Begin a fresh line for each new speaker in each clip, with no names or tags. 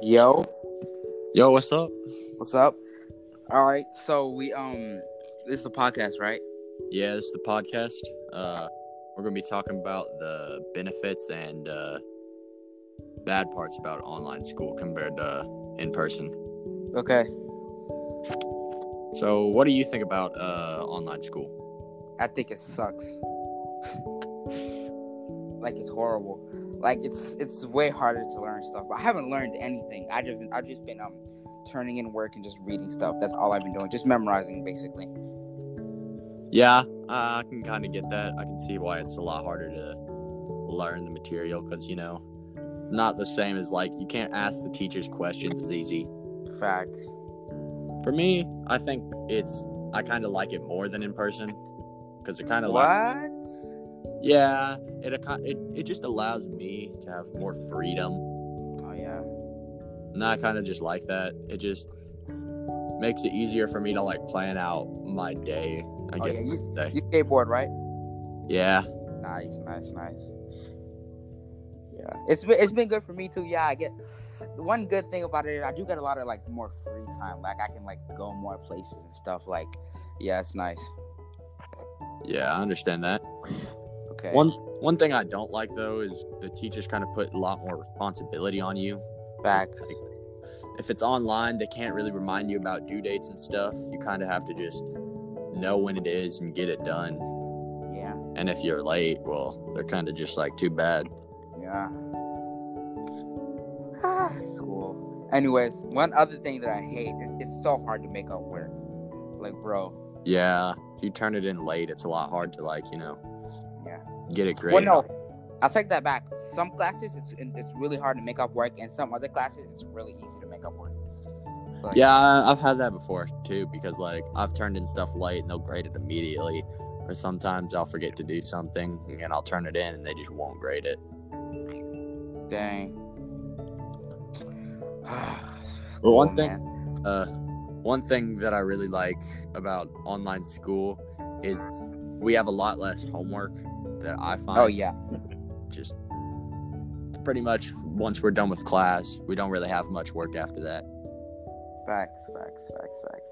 Yo,
Yo, what's up?
what's up? All right, so we um, this is the podcast, right?
Yeah, this is the podcast. Uh, we're gonna be talking about the benefits and uh, bad parts about online school compared to in person.
Okay.
So, what do you think about uh, online school?
I think it sucks. like it's horrible. Like it's it's way harder to learn stuff. I haven't learned anything. I just I've just been um turning in work and just reading stuff. That's all I've been doing, just memorizing basically.
Yeah, I can kind of get that. I can see why it's a lot harder to learn the material because you know, not the same as like you can't ask the teachers questions as easy.
Facts.
For me, I think it's I kind of like it more than in person because it kind of like
What?
Yeah, it acco- it it just allows me to have more freedom,
Oh yeah.
and I kind of just like that. It just makes it easier for me to like plan out my day. I
Oh,
guess
yeah,
you could say.
You skateboard, right?
yeah,
Nice, nice, nice. Yeah, it's been it's been good for me too. Yeah, I get the one good thing about it. is I do get a lot of like more free time. Like I can like go more places and stuff. Like, yeah, it's nice.
yeah, I understand that.
Okay.
One one thing I don't like though is the teachers kind of put a lot more responsibility on you.
facts.
Like, if it's online, they can't really remind you about due dates and stuff. You kind of have to just know when it is and get it done.
Yeah,
And if you're late, well, they're kind of just like too bad.
yeah. Ah, School. Anyways, one other thing that I hate is it's so hard to make up work. Like, bro.
Yeah, if you turn it in late, it's a lot hard to like you know.
Yeah.
Get it graded.
Well, no. I'll take that back. Some classes, it's it's really hard to make up work, and some other classes, it's really easy to make up work. So, like,
Yeah, I- I've had that before too because like I've turned in stuff late and they'll grade it immediately, or sometimes I'll forget to do something and I'll turn it in and they just won't grade it.
Dang.
But
Well,
one
one
thing- Uh, one thing that I really like about online school is we have a lot less homework that I find.
Oh yeah,
Just pretty much once we're done with class, we don't really have much work after that.
facts, facts, facts, facts.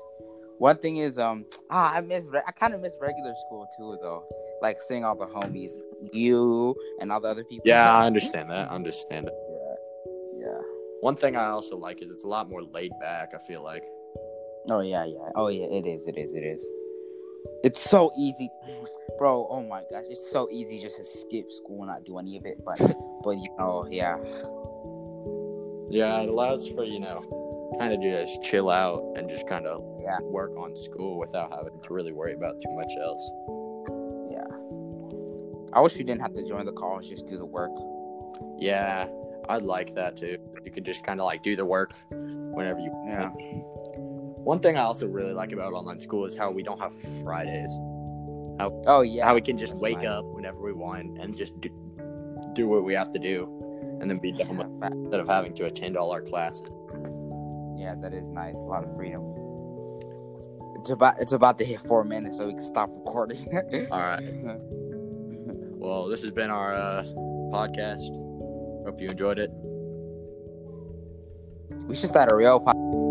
One thing is, um, ah, I miss, re- I kind of miss regular school too, though. Like seeing all the homies, you and all the other people.
Yeah, I understand that. I understand it.
Yeah. Yeah.
One thing I also like is it's a lot more laid back. I feel like.
Oh yeah, yeah. Oh yeah, it is, it is, it is. It's so easy, bro. Oh my gosh, it's so easy just to skip school and not do any of it. But, but you know, yeah,
Yeah, it allows for you know, kind of just chill out and just kind of
yeah.
work on school without having to really worry about too much else.
I wish we didn't have to join the calls, just do the work.
Yeah, I'd like that too. You could just kind of like do the work whenever you.
Yeah.
One thing I also really like about online school is how we don't have Fridays.
Oh yeah.
how we can just
that's
wake
nice.
up whenever we want and just do, do what we have to do, and then be done with
Yeah, fa-
instead of having to attend all our classes.
yeah, that is nice. A lot of freedom. It's about it's about to hit four minutes, so we can stop recording.
All right. Well, this has been our uh, podcast. Hope you enjoyed it.
we should start a real podcast.